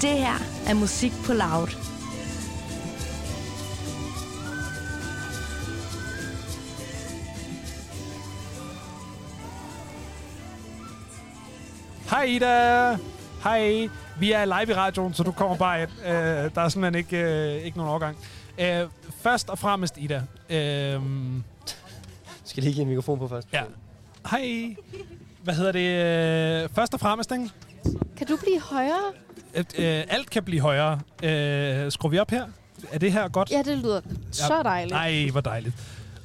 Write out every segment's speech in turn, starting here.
Det her er musik på loud. Hej Ida! Hej. Vi er live i radioen, så du kommer bare ind. Øh, der er simpelthen ikke, øh, ikke nogen overgang. Øh, først og fremmest, Ida. Øh, Skal lige give en mikrofon på først? ja. Hej. Hvad hedder det? Øh, først og fremmest, ikke? Kan du blive højere? Øh, øh, alt kan blive højere. Øh, skruer vi op her? Er det her godt? Ja, det lyder så dejligt. Nej, hvor dejligt.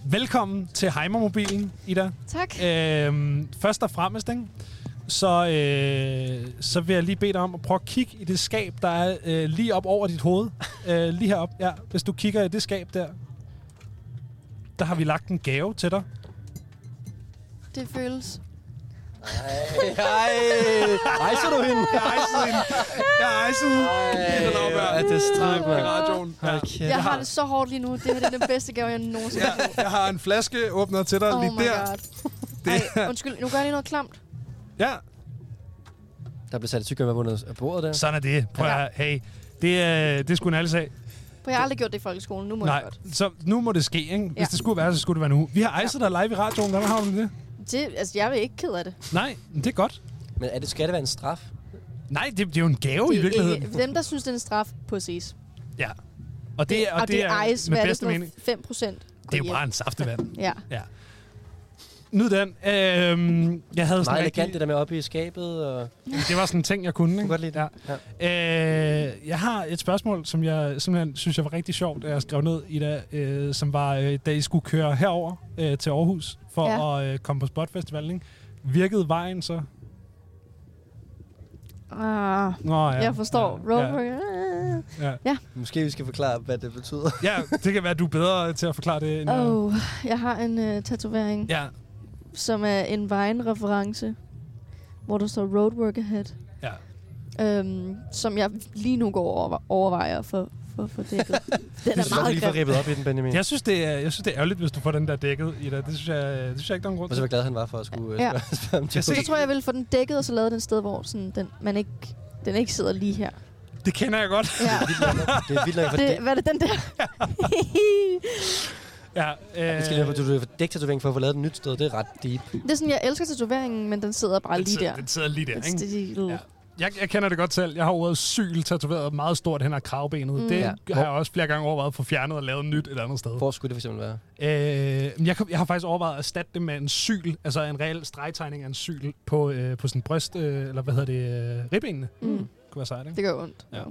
Velkommen til Heimermobilen, Ida. Tak. Øhm, først og fremmest, ikke? Så, øh, så vil jeg lige bede dig om at prøve at kigge i det skab, der er øh, lige op over dit hoved. Øh, lige heroppe, ja. Hvis du kigger i det skab der, der har vi lagt en gave til dig. Det føles. Ej, rejser du hende? Jeg ejsede hende. Jeg ejsede Ej, er det stramt, mand. radioen. Hold kæft. Jeg har det så hårdt lige nu. Det her det er den bedste gave, jeg nogensinde har fået. Jeg har en flaske åbner til dig Oh lige my der. god. Det Ej, undskyld. Nu gør jeg lige noget klamt. Ja, Der blev sat et tykker med bundet af bordet der. sådan er det. Prøv at høre. hey. Det, øh, det er sgu en ærlig sag. For jeg har aldrig gjort det i folkeskolen. Nu må jeg Nej, godt. så nu må det ske, ikke? Hvis Ja. det skulle være, så skulle det være nu. Vi har ejset dig live i radioen. Hvordan har du det? Det, altså, jeg er ikke ked af det. Nej, men det er godt. Men er det, skal det være en straf? Nej, det, det er jo en gave Det i er virkeligheden. ikke- Dem, der synes, det er en straf, på ses. Ja. Og det, og og det er ice. med Hvad er det bedste for mening. noget? 5 procent. Det er jo bare en saftevand. Ja. ja. Nyd den. Øhm, jeg havde sådan Meget en elegant rigtig, det der med oppe i skabet. Og... det var sådan en ting, jeg kunne. Ikke? godt lide ja. det. Ja. Øh, jeg har et spørgsmål, som jeg simpelthen synes, jeg var rigtig sjovt, da jeg skrev ned i dag, øh, som var, øh, da I skulle køre herover øh, til Aarhus for Ja. at øh, komme på Spotfestivalen. Ikke? Virkede vejen så? Ah, Nå, ja. jeg forstår. Ja, Roadburger. ja. Måske vi skal forklare, hvad det betyder. ja, det kan være, du er bedre til at forklare det. End, jeg. Oh, jeg har en uh, tatovering, Ja, som er en vejen-reference, hvor der står roadwork ahead. ja. øhm, som jeg lige nu går over, overvejer for, for, for dækket. Den er meget lige få grim. rippet op i den, Benjamin. Jeg synes, det er, jeg synes, det er ærgerligt, hvis du får den der dækket, Ida. Det synes jeg, øh, det synes jeg ikke, der er en grund Og så til. var glad han var for at skulle Ja. ja. spørge om Jeg det. ser- Så tror jeg, jeg ville få den dækket, og så lavet den sted, hvor sådan, den, man ikke, den ikke sidder lige her. Det kender jeg godt. Ja. Det er vildt nok, for Det, det, hvad er det, den der? Ja, øh, vi skal lige have, du er dæktatovering for at få lavet et nyt sted. Det er ret deep. det er sådan, jeg elsker tatoveringen, men den sidder bare den, lige sidder, der. den sidder lige der, Det, ikke? det, det, Ja. Jeg, jeg kender det godt selv. Jeg har ordet syl tatoveret meget stort hen ad kravbenet. Mm. Mm. Det Ja. har jeg også flere gange overvejet at få fjernet og lavet nyt et andet sted. Hvor skulle det for eksempel være? Øh, men jeg, kan- jeg har faktisk overvejet at erstatte det med en syl, altså en reel stregtegning af en syl på, øh, på sin bryst, øh, eller hvad hedder det, øh, ribbenene. mm, kunne være sejt, ikke? det gør ondt. Ja.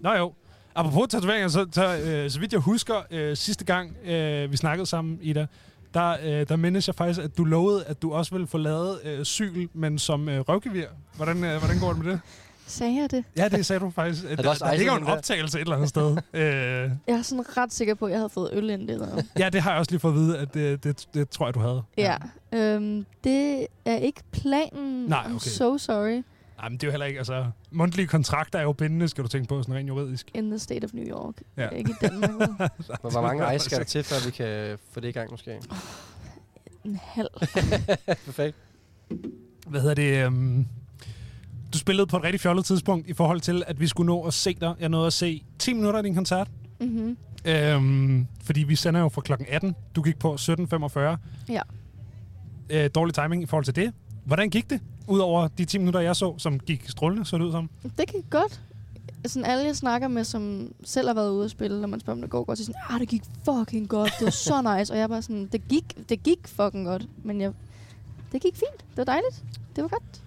Nå jo. Apropos tatoveringer, så, så, øh, så vidt jeg husker øh, sidste gang, øh, vi snakkede sammen, Ida, der, øh, der mindes jeg faktisk, at du lovede, at du også ville få lavet øh, cykel, men som øh, røvgevir. Hvordan, øh, hvordan går det med det? Sagde jeg det? Ja, det sagde du faktisk. Der, du der, også der ejset ligger jo en den der? optagelse et eller andet sted. øh, Jeg er sådan ret sikker på, at jeg havde fået øl ind det der. ja, det har jeg også lige fået at vide, at det, det, det tror jeg, du havde. Ja. Øhm, det er ikke planen. Nej, I'm okay. so sorry. Ej, men det er jo heller ikke, altså... Mundtlige kontrakter er jo bindende, skal du tænke på, sådan rent juridisk. In the state of New York. Ja. Ja. Ikke i Danmark. Hvor, hvor mange ice skal der til, før vi kan få det i gang måske? en halv. Perfekt. hvad hedder det, øhm, du spillede på et rigtig fjollet tidspunkt i forhold til, at vi skulle nå at se dig. Jeg nåede at se 10 minutter af din koncert, Mm-hmm. øhm, fordi vi sender jo fra klokken 18. Du gik på 17.45. Ja. Øh, dårlig timing i forhold til det. Hvordan gik det? Udover de 10 minutter, jeg så, som gik strålende, så det ud som. Det gik godt. Sådan alle, jeg snakker med, som selv har været ude at spille, når man spørger, om det går godt, så er de sådan, ah, det gik fucking godt, det var så nice. Og jeg er bare sådan, det gik, det gik fucking godt, men jeg, det gik fint, det var dejligt, det var godt. Det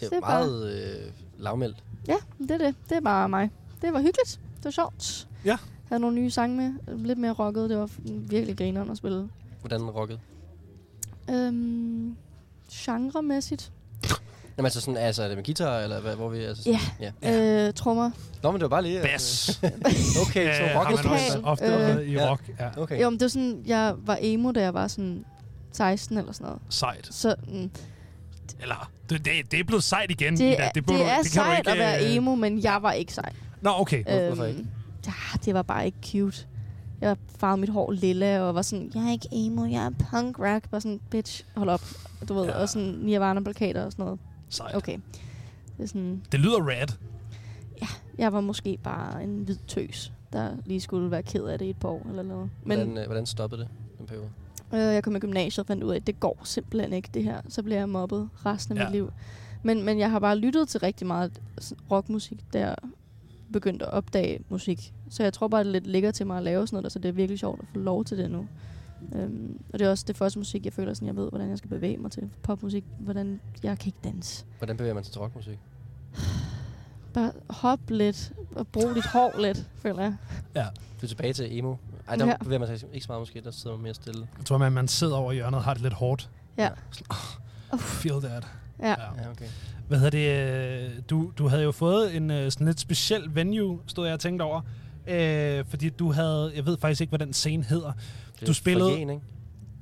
Det er er bare- meget øh, lavmældt. Ja, det er det. Det er bare mig. Det var hyggeligt, det var sjovt. Ja. Havde nogle nye sange med, lidt mere rocket, det var virkelig grineren at spille. Hvordan den rockede? Øhm, genremæssigt. Jamen altså sådan, altså er det med guitar, eller hvad, hvor vi altså sådan, Ja. ja. Ja. Øh, trommer. Nå, men det var bare lige... Bass. Altså, okay, så Øh, rock har is man også vokal, ofte øh, øh, i ja. rock. Ja. Okay. Jo, men det var sådan, jeg var emo, da jeg var sådan 16 eller sådan noget. Sejt. Så mm, Eller, det, det, det er blevet sejt igen. Ida. Det er, det, burde du- det er kan du sejt ikke, at være øh, emo, Øh, men jeg var ikke sej. Øhm, Nå, okay. Hvor- hvorfor ikke? Ja, det var bare ikke cute. Jeg farvede mit hår lilla og var sådan, jeg er ikke emo, jeg er punk rock. Bare sådan, bitch, hold op. Du ved, Ja. ja. og sådan Nirvana-plakater og sådan noget. Sejt. Okay. Det er sådan, Det lyder rad. Jeg var måske bare en hvid tøs, der lige skulle være ked af det i et par år eller noget. Men Hvordan, øh, hvordan stoppede det den periode? øh, jeg kom i gymnasiet og fandt ud af, at det går simpelthen ikke det her. Så bliver jeg mobbet resten af Ja. ja. mit liv. Men, men jeg har bare lyttet til rigtig meget sådan rockmusik, der begyndte at opdage musik. Så jeg tror bare, det lidt ligger til mig at lave sådan noget, så det er virkelig sjovt at få lov til det nu. Øhm, og det er også det første musik, jeg føler, sådan, jeg ved, hvordan jeg skal bevæge mig til. Popmusik, hvordan jeg kan ikke danse. Hvordan bevæger man sig til rockmusik? Bare hop lidt og brug dit hår lidt, føler jeg. Du er tilbage til emo. Ej, der Ja. bevæger man sig ikke så meget måske, der sidder man mere stille. Jeg tror, man, man sidder over i hjørnet og har det lidt hårdt. Ja. Sådan, Oh, feel that. Ja. Ja, okay. Hvad hedder det? øh, Du, du havde jo fået en øh, sådan lidt speciel venue, stod jeg og tænkte over. Øh, fordi du havde, jeg ved faktisk ikke, hvad den scene hedder. Det er Du spillede- forjen, ikke?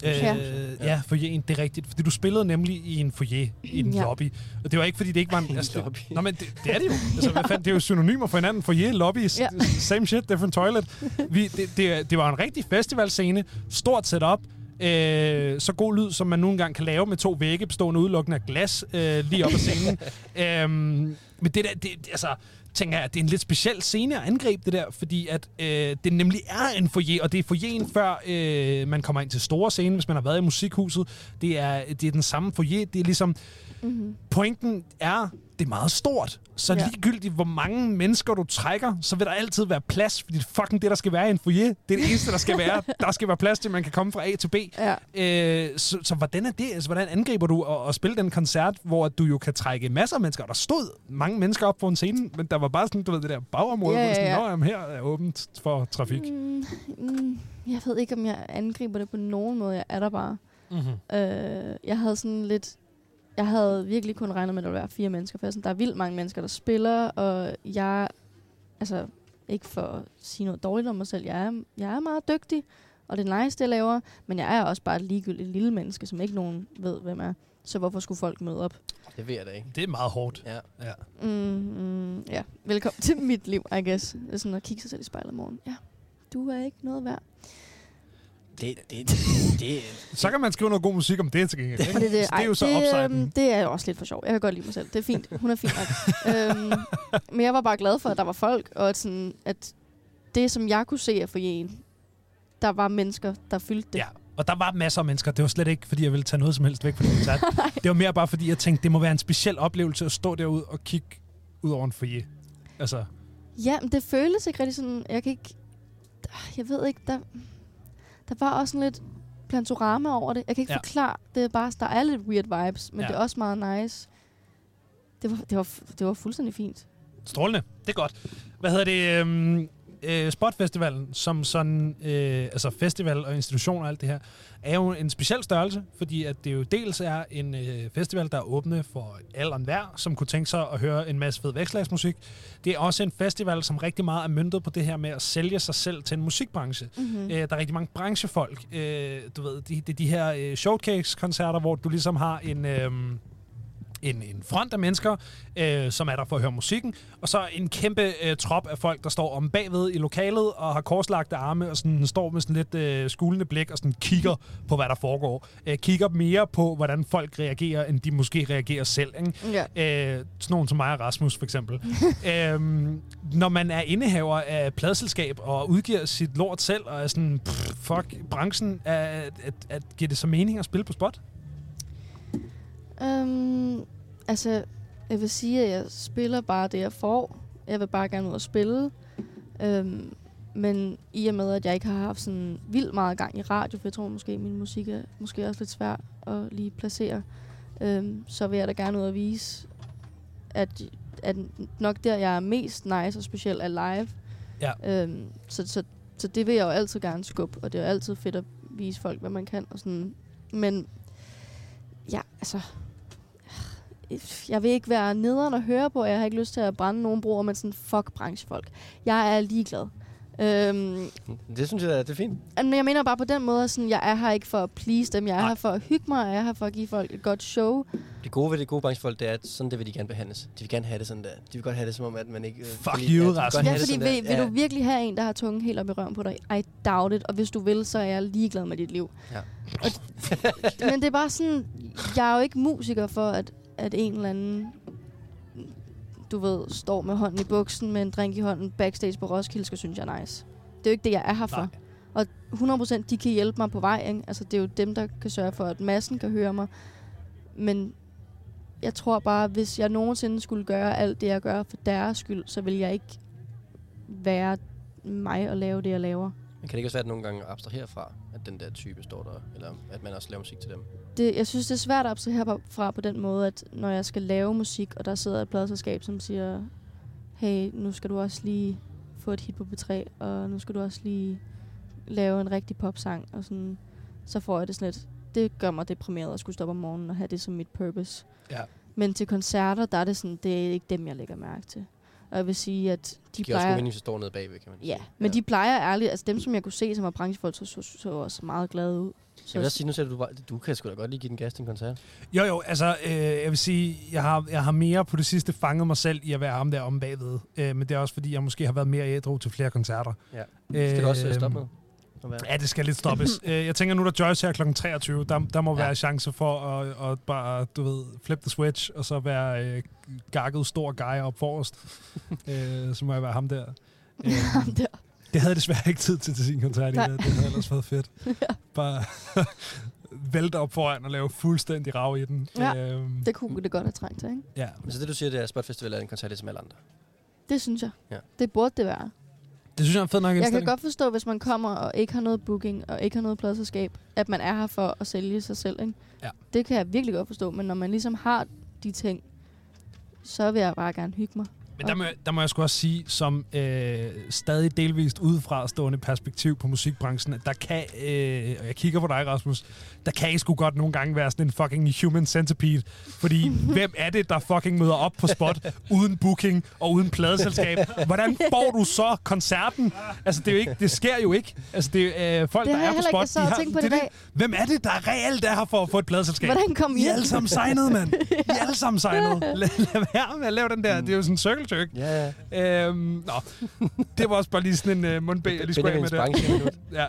Ja. Øh, ja, foyeren, det er rigtigt. Fordi du spillede nemlig i en foyer, i en ja. Ja. lobby. Og det var ikke, fordi det ikke var en... En Altså, lobby. Nå, men det, det er det jo. Altså, hvad fanden, det er jo synonymer for hinanden. Foyer, lobby, ja. Ja. same shit, different toilet. Vi, det, det, er- det var en rigtig festivalscene. Stort setup. Øh, så god lyd, som man nu engang kan lave med to vægge bestående udelukkende af glas øh, lige op ad scenen. øhm, men det der, det, altså, tænker jeg, at det er en lidt speciel scene at angribe det der, fordi at øh, det nemlig er en foyer, og det er foyeren før øh, man kommer ind til store scene, hvis man har været i musikhuset. Det er, det er den samme foyer. Det er ligesom, Mm-hmm. pointen er, det er meget stort. Så ja. Ja. ligegyldigt, hvor mange mennesker du trækker, så vil der altid være plads, fordi det er fucking det, der skal være i en foyer. Det er det eneste, der skal være. Der skal være plads til, at man kan komme fra A til B. Ja. Øh, så, så hvordan er det? Altså, hvordan angriber du at, at spille den koncert, hvor at du jo kan trække masser af mennesker? Og der stod mange mennesker op på en scene, men der var bare sådan, du ved, det der bagområde, Ja, ja, ja, ja, ja. ja. hvor det er sådan, "Nå, jamen, her er åbent for trafik. Mm, mm, jeg ved ikke, om jeg angriber det på nogen måde. Jeg er der bare. Mm-hmm. Øh, jeg havde sådan lidt... Jeg havde virkelig kun regnet med, at der ville være fire mennesker, for jeg er sådan, der er vildt mange mennesker, der spiller, og jeg... Altså, ikke for at sige noget dårligt om mig selv. Jeg er, jeg er meget dygtig, og det er nice, det jeg laver, men jeg er også bare et ligegyldigt lille menneske, som ikke nogen ved, hvem er. Så hvorfor skulle folk møde op? Det ved jeg da ikke. Det er meget hårdt. Ja. Ja. Mm, mm, ja, velkommen til mit liv, I guess. Det er sådan at kigge sig selv i spejlet om morgenen. Ja, du er ikke noget værd. Det, det, det, det, Så kan man skrive noget god musik om det til gengæld. ikke? Og det, det, Så det er jo så det, upsiden. øhm, det er jo også lidt for sjov. Jeg kan godt lide mig selv. Det er fint. Hun er fint nok. øhm, men jeg var bare glad for, at der var folk, og at, sådan, at det, som jeg kunne se af forjen, der var mennesker, der fyldte det. Ja, og der var masser af mennesker. Det var slet ikke, fordi jeg ville tage noget som helst væk fra den koncert. det var mere bare, fordi jeg tænkte, det må være en speciel oplevelse at stå derude og kigge ud over en foyer. Altså, Ja, men det føles ikke rigtig sådan... Jeg kan ikke... Ah, Jeg ved ikke, der... Der var også sådan lidt plantorama over det. Jeg kan ikke Ja. ja. forklare. Det er bare, der er lidt weird vibes, men Ja. ja. det er også meget nice. Det var, det var, det var fuldstændig fint. strålende. Det er godt. Hvad hedder det? Øhm, øh, Spotfestivalen, som sådan, øh, altså festival og institution og alt det her, er jo en speciel størrelse, fordi at det jo dels er en øh, festival, der er åbne for alle og enhver, som kunne tænke sig at høre en masse fed vækslagsmusik. Det er også en festival, som rigtig meget er møntet på det her med at sælge sig selv til en musikbranche. Mm-hmm. Øh, der er rigtig mange branchefolk. Øh, du ved, det de, de her øh, showcase-koncerter, hvor du ligesom har en... Øh, en, en front af mennesker, øh, som er der for at høre musikken, og så en kæmpe øh, trop af folk, der står om bagved i lokalet og har korslagte arme og sådan, står med sådan lidt øh, skulende blik og sådan kigger på, hvad der foregår. Øh, kigger mere på, hvordan folk reagerer, end de måske reagerer selv. Ikke? Øh, Ja. sådan nogen som mig og Rasmus, for eksempel. øhm, når man er indehaver af pladselskab og udgiver sit lort selv, og er sådan, pff, fuck, branchen, at, at, at, giver det så mening at spille på spot? Øhm, altså, jeg vil sige, at jeg spiller bare det, jeg får. Jeg vil bare gerne ud og spille. Øhm, men i og med, at jeg ikke har haft sådan vildt meget gang i radio, for jeg tror måske, at min musik er måske også lidt svær at lige placere, øhm, så vil jeg da gerne ud og vise, at, at nok der, jeg er mest nice og speciel, er live. Ja. Øhm, så, så, så det vil jeg jo altid gerne skubbe, og det er jo altid fedt at vise folk, hvad man kan og sådan. Men ja, altså, jeg vil ikke være nederen at høre på, og jeg har ikke lyst til at brænde nogen broer, men sådan, fuck branchefolk. Jeg er ligeglad. Øhm, det synes jeg, det er fint. men jeg mener bare på den måde, at sådan, jeg er her ikke for at please dem, jeg er Nej. her for at hygge mig, og jeg er her for at give folk et godt show. Det gode ved det gode branchefolk, det er, at sådan det vil de gerne behandles. De vil gerne have det sådan der. De vil godt have det som om, at man ikke... øh, Fuck fordi- you, ja, de vil godt Rasmus. have Ja, det fordi sådan vil, der. vil du virkelig have en, der har tungen helt op i røven på dig? I doubt it, og hvis du vil, så er jeg ligeglad med dit liv. Ja. Og, men det er bare sådan, jeg er jo ikke musiker for, at, at en eller anden du ved, står med hånden i buksen med en drink i hånden backstage på Roskilde, skal synes jeg er nice. Det er jo ikke det, jeg er her for. Nej. Og 100% de kan hjælpe mig på vej, ikke? Altså, det er jo dem, der kan sørge for, at massen kan høre mig. Men jeg tror bare, hvis jeg nogensinde skulle gøre alt det, jeg gør for deres skyld, så vil jeg ikke være mig og lave det, jeg laver. Men kan det ikke også være, at nogle gange abstrahere fra, at den der type står der, eller at man også laver musik til dem? det, jeg synes, det er svært at abstrahere fra på den måde, at når jeg skal lave musik, og der sidder et pladselskab, som siger, hey, nu skal du også lige få et hit på P3, og nu skal du også lige lave en rigtig popsang, og sådan, så får jeg det sådan lidt. Det gør mig deprimeret at skulle stoppe om morgenen og have det som mit purpose. Ja. Men til koncerter, der er det sådan, det er ikke dem, jeg lægger mærke til. Og jeg vil sige, at de Det giver også plejer... mening, hvis det står nede bagved, kan man Ja, men Ja. de plejer ærligt, altså dem, som jeg kunne se, som var branchefolk, så, så, så, så også meget glade ud. Så Jeg vil også sige, nu sagde du, du, var- du kan sgu da godt lige give den gas til en koncert. Jo, jo, altså, øh, jeg vil sige, jeg har, jeg har mere på det sidste fanget mig selv i at være ham der om bagved. Øh, men det er også, fordi jeg måske har været mere ædru til flere koncerter. Ja. Det skal du også øh, stoppe med. at være. Ja, det skal lidt stoppes. øh, jeg tænker nu, der Joyce her kl. 23, der, der må ja. Ja. være chance for at, at bare, du ved, flip the switch, og så være øh, gakket stor guy op forrest. øh, så må jeg være ham der. Øh, ham der. det havde jeg desværre ikke tid til til sin koncert i Nej. dag. Det havde ellers været fedt. Bare vælte op foran og lave fuldstændig rav i den. Ja. Øh, Det kunne det godt have trængt til, ikke? ja. Men så det, du siger, det er, at Spot Festival er en koncert ligesom alle andre. Det synes jeg. Ja. Det burde det være. Det synes jeg er en fed nok Jeg indstilling. kan godt forstå, hvis man kommer og ikke har noget booking, og ikke har noget pladserskab, at man er her for at sælge sig selv. Ikke? Ja. Det kan jeg virkelig godt forstå, men når man ligesom har de ting, så vil jeg bare gerne hygge mig. Men der må, jeg- der må jeg sgu også sige, som øh, stadig delvist udefrastående perspektiv på musikbranchen, at der kan, øh, og jeg kigger på dig, Rasmus, der kan I sgu godt nogle gange være sådan en fucking human centipede. Fordi hvem er det, der fucking møder op på spot uden booking og uden pladeselskab? Hvordan får du så koncerten? Altså, det, er jo ikke, det sker jo ikke. Altså, det er øh, folk, Det der har jeg er på heller ikke spot. jeg sad og tænkte på det i er dag. Hvem er det, der reelt er her for at få et pladeselskab? Hvordan kom I I er ind? alle sammen signede, mand. I er alle sammen signede. Lad, lad være med at lave den der. Det er jo sådan en circle jerk. Ja, ja. Øhm, nå, det var også bare lige sådan en øh, mundbæg, jeg lige skulle af med Benjamins der. branche. minut. Ja.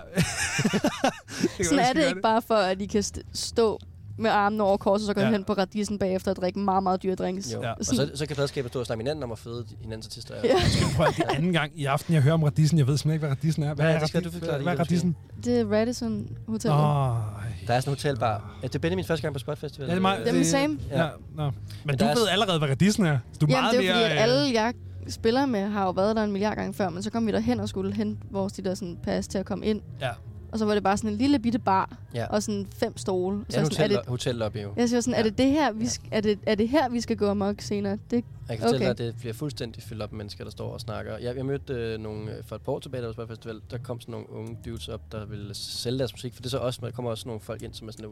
det Sådan er det ikke bare for, at I kan st- stå med armen over korset, og så gå Ja. ja. hen på radisen bagefter og drikke meget, meget dyre drinks. Jo. Ja. Ja. Og så, så kan pladskabet stå og snakke med hinanden om at føde hinandens artister. Ja. Prøv, at- det er anden gang i aften, jeg hører om radisen. Jeg ved simpelthen ikke, hvad radisen er. Hvad Ja, er, det skal radis- du forklare Hvad er lige, hvad du radisen? Det er Radisson Hotel. Oh. Åh, Der er sådan en hotelbar. Ja, det er Benjamins første gang på Spot Festival. Ja, det er mig. Det er den same. Ja, nå. Men Men du der er- ved allerede, hvad radisen er. Du er Jamen, meget det er jo mere... fordi, at øh, alle, jeg spiller med, har jo været der en milliard gange før, men så kom vi derhen og skulle hente vores de der sådan, pas til at komme ind. Ja. Og så var det bare sådan en lille bitte bar, Ja. og sådan fem stole. Ja, Så en sådan, er hotel, det, hotellobby jo. jeg siger sådan, er det det her, vi, Ja. sk- er, det, er det her, vi skal gå amok senere? Det, Jeg kan fortælle Okay. okay. dig, at det bliver fuldstændig fyldt op med mennesker, der står og snakker. Jeg, jeg mødte øh, nogle, øh, for et par år tilbage, der var Spot Festival, der kom sådan nogle unge dudes op, der ville sælge deres musik. For det er så også, der kommer også nogle folk ind, som er sådan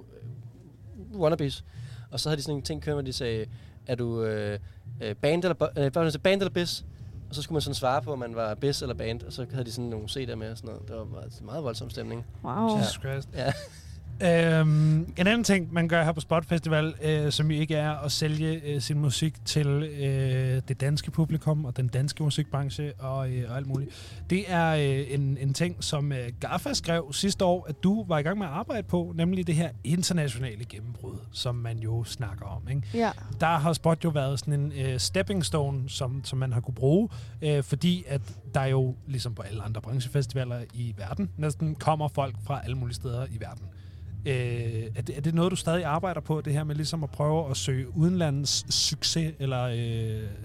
øh, wannabes. Og så havde de sådan en ting kørende, hvor de sagde, er du øh, øh, band eller, bo- øh, hvad var det, band eller bis? Og så skulle man sådan svare på, om man var bis eller band, og så havde de sådan nogle CD'er med og sådan noget. Det var meget, meget voldsom stemning. wow. Jesus Christ. Ja. Øhm, en anden ting, man gør her på Spot Festival, øh, som jo ikke er at sælge øh, sin musik til øh, det danske publikum og den danske musikbranche og, øh, og alt muligt, det er øh, en, en ting, som øh, GAFA skrev sidste år, at du var i gang med at arbejde på, nemlig det her internationale gennembrud, som man jo snakker om. Ikke? Ja. der har Spot jo været sådan en øh, stepping stone, som, som man har kunne bruge, øh, fordi at der jo, ligesom på alle andre branchefestivaler i verden, næsten kommer folk fra alle mulige steder i verden. Øh, er, det, er det noget, du stadig arbejder på, det her med ligesom at prøve at søge udenlandets succes, eller øh,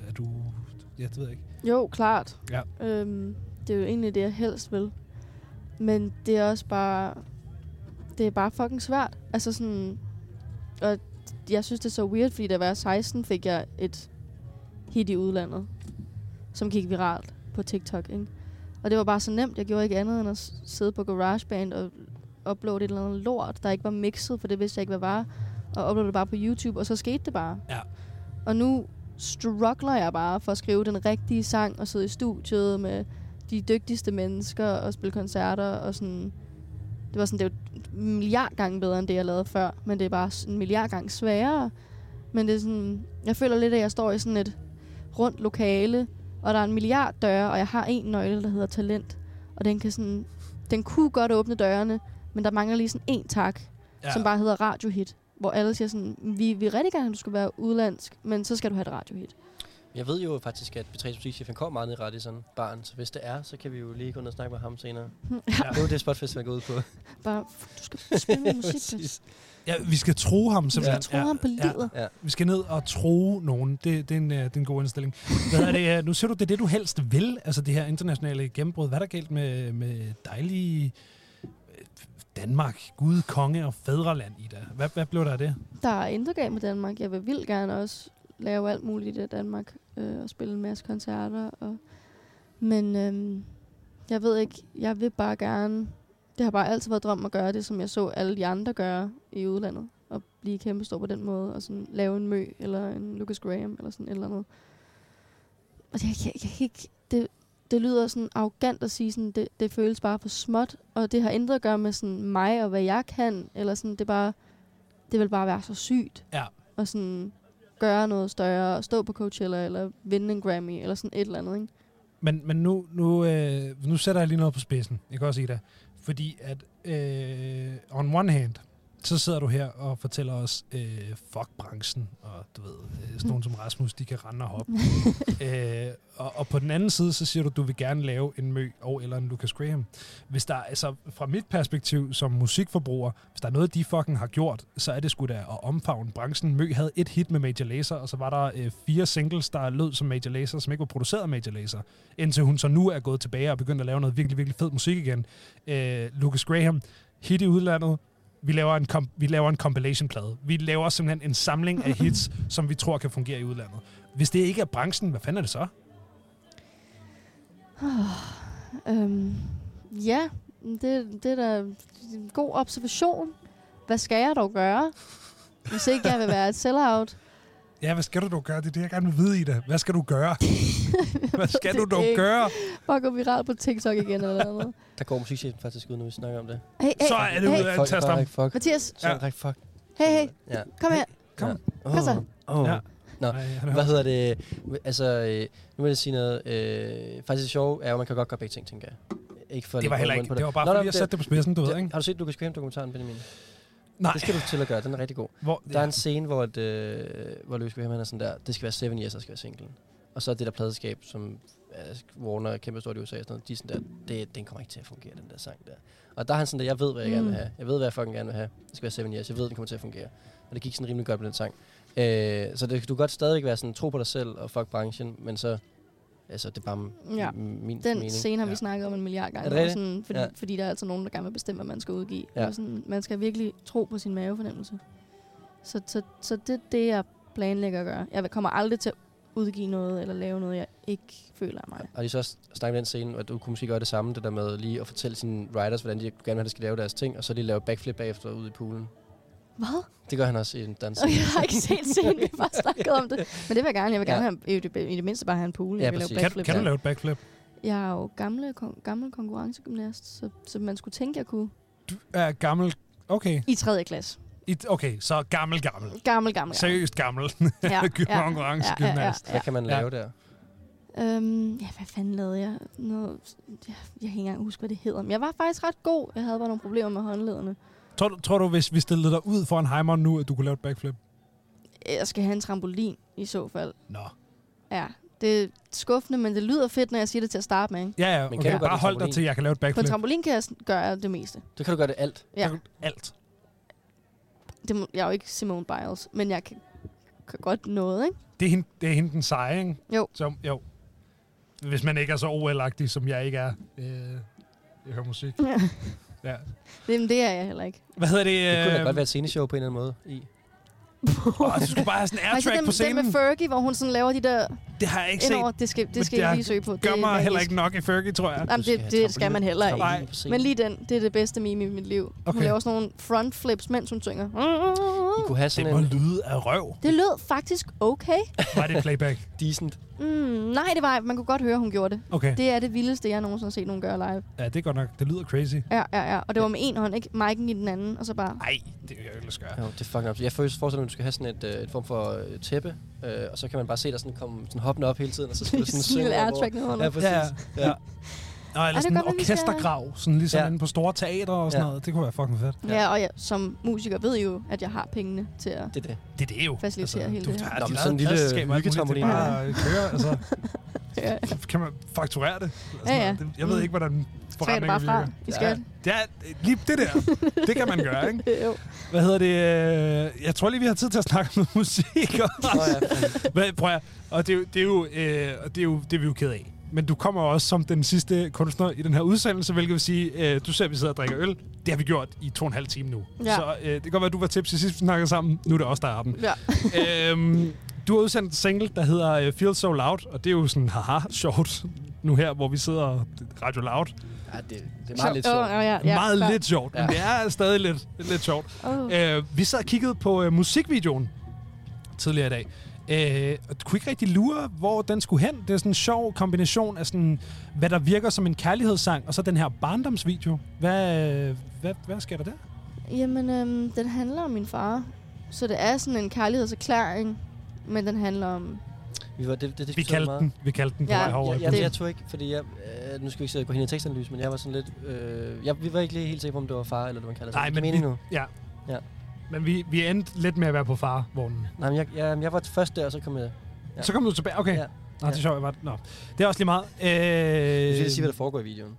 er du... Ja, det ved jeg ikke. Jo, klart. Ja. Øhm, det er jo egentlig det, jeg helst vil. Men det er også bare... Det er bare fucking svært. Altså sådan... Og jeg synes, det er så weird, fordi da jeg var 16, fik jeg et hit i udlandet, som gik viralt på TikTok, ikke? Og det var bare så nemt. Jeg gjorde ikke andet end at s- sidde på GarageBand og uploade et eller andet lort, der ikke var mixet, for det vidste jeg ikke, hvad var. Og uploadede det bare på YouTube, og så skete det bare. Ja. Og nu struggler jeg bare for at skrive den rigtige sang og sidde i studiet med de dygtigste mennesker og spille koncerter og sådan... Det var sådan, det var en milliard gange bedre end det, jeg lavede før, men det er bare en milliard gange sværere. Men det er sådan, jeg føler lidt, at jeg står i sådan et rundt lokale, og der er en milliard døre, og jeg har en nøgle, der hedder talent. Og den kan sådan, den kunne godt åbne dørene, men der mangler lige sådan en tak ja. som bare hedder radiohit. Hvor alle siger sådan, vi vil rigtig gerne, at du skal være udlandsk, men så skal du have et radiohit. Jeg ved jo faktisk, at B3's musikchef, han kommer meget ned i Radisson, barn. Så hvis det er, så kan vi jo lige gå ned og snakke med ham senere. Ja. Det er jo det spotfestival går ud på. Bare, "F- du skal spille min musik. du. Præcis. Ja, vi skal tro ham Du skal simpelthen. tro ham på livet. Vi skal ned og tro nogen. Det, det, er en, øh, det er en god indstilling. Hvad er det, øh, nu ser du, det er det, du helst vil. Altså det her internationale gennembrud. Hvad er der galt med, med dejlige øh, Danmark, Gud, konge og fædreland i dig? Hvad, hvad blev der af det? Der er intet galt med Danmark. Jeg vil vildt gerne også lave alt muligt i Danmark. Øh, og spille en masse koncerter. Og... Men øhm, jeg ved ikke, jeg vil bare gerne... Det har bare altid været drøm at gøre det, som jeg så alle de andre gøre i udlandet. Og blive kæmpestor på den måde. Og sådan lave en mø, eller en Lucas Graham, eller sådan et eller andet. Og det, jeg, jeg, jeg kan ikke... Det, det lyder sådan arrogant at sige, sådan, det, det føles bare for småt. Og det har intet at gøre med sådan mig og hvad jeg kan. Eller sådan, det er bare det vil bare være så sygt. Ja. Og sådan gøre noget større, stå på Coachella, eller vinde en Grammy, eller sådan et eller andet, ikke? Men, men nu, nu, øh, nu sætter jeg lige noget på spidsen. Jeg kan også sige det. Fordi at øh, on one hand, så sidder du her og fortæller os, øh, fuck branchen, og du ved, øh, sådan nogen som Rasmus, de kan rende og hoppe. øh, og, og på den anden side, så siger du, du vil gerne lave en Mø og eller en Lucas Graham. Hvis der, altså fra mit perspektiv som musikforbruger, hvis der er noget, de fucking har gjort, så er det sgu da at omfavne branchen. Mø havde et hit med Major Lazer, og så var der øh, fire singles, der lød som Major Lazer, som ikke var produceret af Major Lazer indtil hun så nu er gået tilbage og begyndt at lave noget virkelig, virkelig fed musik igen. Øh, Lucas Graham, hit i udlandet. Vi laver, en kom- vi laver en compilation-plade. Vi laver simpelthen en samling af hits, som vi tror kan fungere i udlandet. Hvis det ikke er branchen, hvad fanden er det så? Øhm, ja, det, det er da en god observation. Hvad skal jeg dog gøre, hvis ikke jeg vil være et sellout? Ja, hvad skal du dog gøre? Det er det, jeg gerne vil vide, Ida. Hvad skal du gøre? Hvad skal du dog Ikke. gøre? Bare gå viral på TikTok igen eller noget. Der går musikchefen faktisk ud, når vi snakker om det. Hey, hey, Så er det hey, ud af en Fuck, taster. fuck, fuck. Mathias, Så er det rigtig fuck. hey, hey, Ja. kom her. Kom så. Åh. Åh. Ja. Nå, Ej, han er Hvad også- hedder det? Altså, øh, nu vil jeg sige noget. Øh, faktisk det sjove er, at man kan godt gøre begge ting, tænker jeg. Ikke for at Det lægge var heller hovedet ikke. på Det dig. var bare Nå, nå, fordi, jeg det- satte det på spidsen, du ved, det- ikke? Har du set Lucas Graham-dokumentaren, Benjamin? Nej. Det skal du til at gøre. Den er rigtig god. Hvor, Der er en scene, hvor, et, øh, hvor Louis Graham han er sådan der, det skal være Seven Years, der skal være singlen. Og så er det der pladeskab, som øh, Warner er kæmpe stort i USA, og sådan noget, de er sådan der, det, den kommer ikke til at fungere, den der sang der. Og der er han sådan der, jeg ved, hvad jeg mm. gerne vil Mm. have. Jeg ved, hvad jeg fucking gerne vil have. Det skal være Seven Years, jeg ved, den kommer til at fungere. Og det gik sådan rimelig godt med den sang. Øh, så det, du kan godt stadigvæk være sådan, tro på dig selv og fuck branchen, men så, altså det er bare Ja. ja. min Den mening. scene har vi Ja. snakket om en milliard gange. Er det og rigtigt? sådan, fordi, Ja. fordi der er altså nogen, der gerne vil bestemme, hvad man skal udgive. Ja. Ja. Sådan, man skal virkelig tro på sin mavefornemmelse. Så, så, så det er det, jeg planlægger at gøre. Jeg kommer aldrig til at udgive noget eller lave noget, jeg ikke føler af mig. Og de så også snakket om den scene, at du kunne måske gøre det samme, det der med lige at fortælle sine writers, hvordan de gerne vil have, de skal lave deres ting, og så lige lave backflip bagefter ud i poolen. Hvad? Det gør han også i en dans. Okay, jeg har ikke set scenen, vi har bare snakket om det. Men det vil jeg gerne. Jeg vil Ja. gerne have, i det, i det mindste bare have en pool. Ja, jeg vil lave præcis. kan, backflips. kan du lave et backflip? Jeg er jo gamle, kon- gammel konkurrencegymnast, så, så man skulle tænke, jeg kunne. Du er gammel. Okay. I 3. klasse. I- Okay, så gammel, gammel. Gammel, gammel, gammel. Seriøst gammel. Ja, Ja. Konkurrencegymnast. Hvad kan man Ja. lave der? Øhm, ja, hvad fanden lavede jeg? Noget, jeg, jeg kan ikke engang huske, hvad det hedder. Men jeg var faktisk ret god. Jeg havde bare nogle problemer med håndlederne. Tror du, tror du, hvis vi stillede dig ud for en heimer nu, at du kunne lave et backflip? Jeg skal have en trampolin i så fald. Nå. Ja, det er skuffende, men det lyder fedt, når jeg siger det til at starte med. Ikke? Ja, ja. Men Okay. kan du Kan godt bare lide hold dig trampolin? til, at jeg kan lave et På en backflip. trampolin kan jeg s- gøre det meste. Så kan du gøre det alt. Ja. Kan du- Alt. Det må, jeg er jo ikke Simone Biles, men jeg kan, kan godt noget, ikke? Det er hende, det er hende den seje, ikke? Jo. Som, jo. Hvis man ikke er så OL-agtig, som jeg ikke er. Øh, jeg hører musik. Ja. Ja. Det, men det er jeg heller ikke. Hvad hedder det? Det kunne da øh, godt være et sceneshow på en eller anden måde. I. åh, du skulle bare have sådan en Altså, airtrack den, på den scenen. med Fergie, hvor hun sådan laver de der Det har jeg ikke set. indover, det skal, men det skal jeg det lige søge på. Det Gør er mig heller magisk. ikke nok i Fergie, tror jeg. Jamen, Du det, have det skal trampolin- man heller ikke. trampolin på scenen. Men lige den, det er det bedste meme i mit liv. Okay. Okay. Hun laver sådan nogle front flips, mens hun synger. I kunne have Det sådan må en lyde af røv. Det lød faktisk okay. Var det playback? decent... Mm, nej, det var, man kunne godt høre, hun gjorde det. Okay. Det er det vildeste, jeg nogensinde har set nogen gøre live. Ja, det er godt nok. Det lyder crazy. Ja, ja, ja. Og det var med en hånd, ikke? Mike'en i den anden, og så bare... Ej, det vil jeg ikke gøre. Ja, det er fucking op. Jeg føler- forestiller mig, at du skal have sådan et, øh, et form for øh, tæppe, øh, og så kan man bare se dig sådan komme sådan hoppende op hele tiden, og så skal du sådan Sådan en lille over- airtrack ned under. Ja, præcis. Ja, ja. Nå, eller det sådan en godt, at vi skal- orkestergrav, sådan ligesom ja. Ja. inde på store teater og sådan ja. Ja. noget. Det kunne være fucking fedt. Ja. ja, og jeg som musiker ved jo, at jeg har pengene til at... Det er det. Det, det er jo. Altså, Facilitere hele du, det her. har Nå, dit men eget sådan en lille pladeselskab og alt muligt, hyggetrampolin. Det er bare at køre, altså. Ja, Kan man fakturere det? Eller sådan Ja, ja. noget. Det- Jeg ved Mm. ikke, hvordan træk det forretningen bare fra virker. i Ja. skat. Det er lige det der. Det kan man gøre, ikke? jo. Hvad hedder det? øh, Jeg tror lige, vi har tid til at snakke om noget musik. også. Nå, ja. Hvad, prøv at, og det, er jo- det, er jo, øh, og det er jo det er vi jo ked af. Men du kommer også som den sidste kunstner i den her udsendelse, hvilket vil sige, øh, du ser, at vi sidder og drikker øl. Det har vi gjort i to og en halv time nu. Ja. Så øh, det kan godt være, at du var tips i sidst, vi snakkede sammen. Nu er det også der er den. Ja. øhm, du har udsendt en single, der hedder øh, Feel So Loud, og det er jo sådan, haha, sjovt nu her, hvor vi sidder radio loud. ja det, det er Så- meget lidt Åh, sjovt. nå, ja, Ja, ja, meget klar. lidt sjovt, ja. Ja. men det er stadig lidt, lidt sjovt. Åh. Øh, vi sad og kiggede på øh, musikvideoen tidligere i dag. Øh, og kunne ikke rigtig lure, hvor den skulle hen. Det er sådan en sjov kombination af sådan, hvad der virker som en kærlighedssang, og så den her barndomsvideo. Hvad, øh, hvad, hvad sker der der? Jamen, øhm, den handler om min far. Så det er sådan en kærlighedserklæring, men den handler om... Vi, var, det, det, det Vi kaldte den, vi kaldte den på Ja, vej herover. Jeg, Ja, jeg, det. jeg tror ikke, fordi jeg, øh, nu skal vi ikke sidde og gå hen i tekstanalyse, men jeg var sådan lidt, øh, jeg, vi var ikke lige helt sikre på, om det var far, eller det var en kalder Nej, men mening vi- nu. ja. Ja. Men vi, vi endte lidt med at være på farvognen. Nej, men jeg, jeg, jeg var først der, og så kom jeg... Ja. Ja. Så kom du tilbage. Okay. Ja. Ja. Nå, det er sjovt. Jeg var, nå. Det er også lige meget. Jeg Øh, skal lige sige, hvad der foregår i videoen.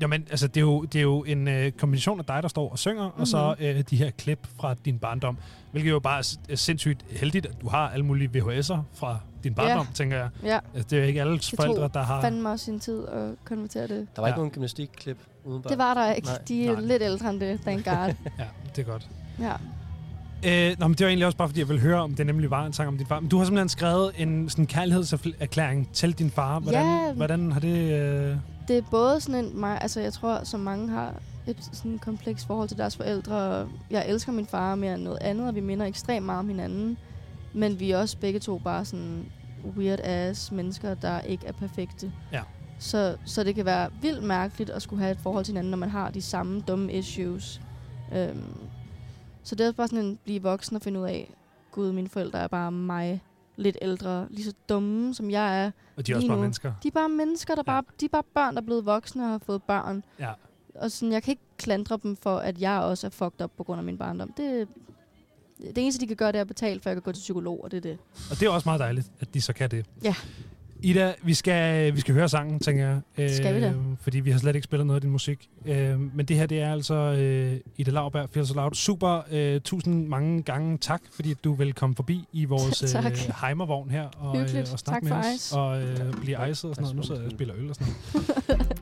Jamen, altså, det er jo, det er jo en øh, kombination af dig, der står og synger, mm-hmm. og så Mhm. øh, de her klip fra din barndom, hvilket jo bare er s- er sindssygt heldigt, at du har alle mulige VHS'er fra din barndom, yeah. tænker jeg. Ja, Altså, det er jo ikke alle tog forældre, der har... fandme også sin tid at konvertere det. Der var Ja. ikke nogen gymnastikklip udenbart. Det var der ikke. Nej. De er Nej. lidt ældre end det, thank god. Ja, det er godt. ja. Øh, nå, men det var egentlig også bare, fordi jeg ville høre, om det nemlig var en sang om din far. Men du har simpelthen skrevet en sådan kærlighedserklæring til din far. Hvordan, Ja. hvordan har det... Øh... Det er både sådan en... Mig, altså, jeg tror, så mange har et sådan komplekst forhold til deres forældre. og Jeg elsker min far mere end noget andet, og vi minder ekstremt meget om hinanden. Men vi er også begge to bare sådan weird ass mennesker, der ikke er perfekte. Ja. Så, så det kan være vildt mærkeligt at skulle have et forhold til hinanden, når man har de samme dumme issues. Øhm, så det er bare sådan en blive voksen og finde ud af, gud, mine forældre er bare mig lidt ældre, lige så dumme som jeg er, Og de er også Lige bare nu. mennesker. de er bare mennesker, der Ja. bare, de er bare børn, der er blevet voksne og har fået børn. Ja. Og sådan, jeg kan ikke klandre dem for, at jeg også er fucked up på grund af min barndom. Det, det eneste, de kan gøre, det er at betale, for jeg kan gå til psykolog, og det er det. Og det er også meget dejligt, at de så kan det. Ja. Ida, vi skal, vi skal høre sangen, tænker jeg. Øh, Skal vi det? Fordi vi har slet ikke spillet noget af din musik. Øh, men det her, det er altså øh, Ida Lauberg, Feel So Loud. Super, øh, tusind mange gange tak, fordi du vil komme forbi i vores øh, Tak. heimervogn her. Og, Hyggeligt. og øh, snakke Tak med for os. ice. Og øh, blive ejset og sådan noget. Nu sidder jeg og spiller øl og sådan noget.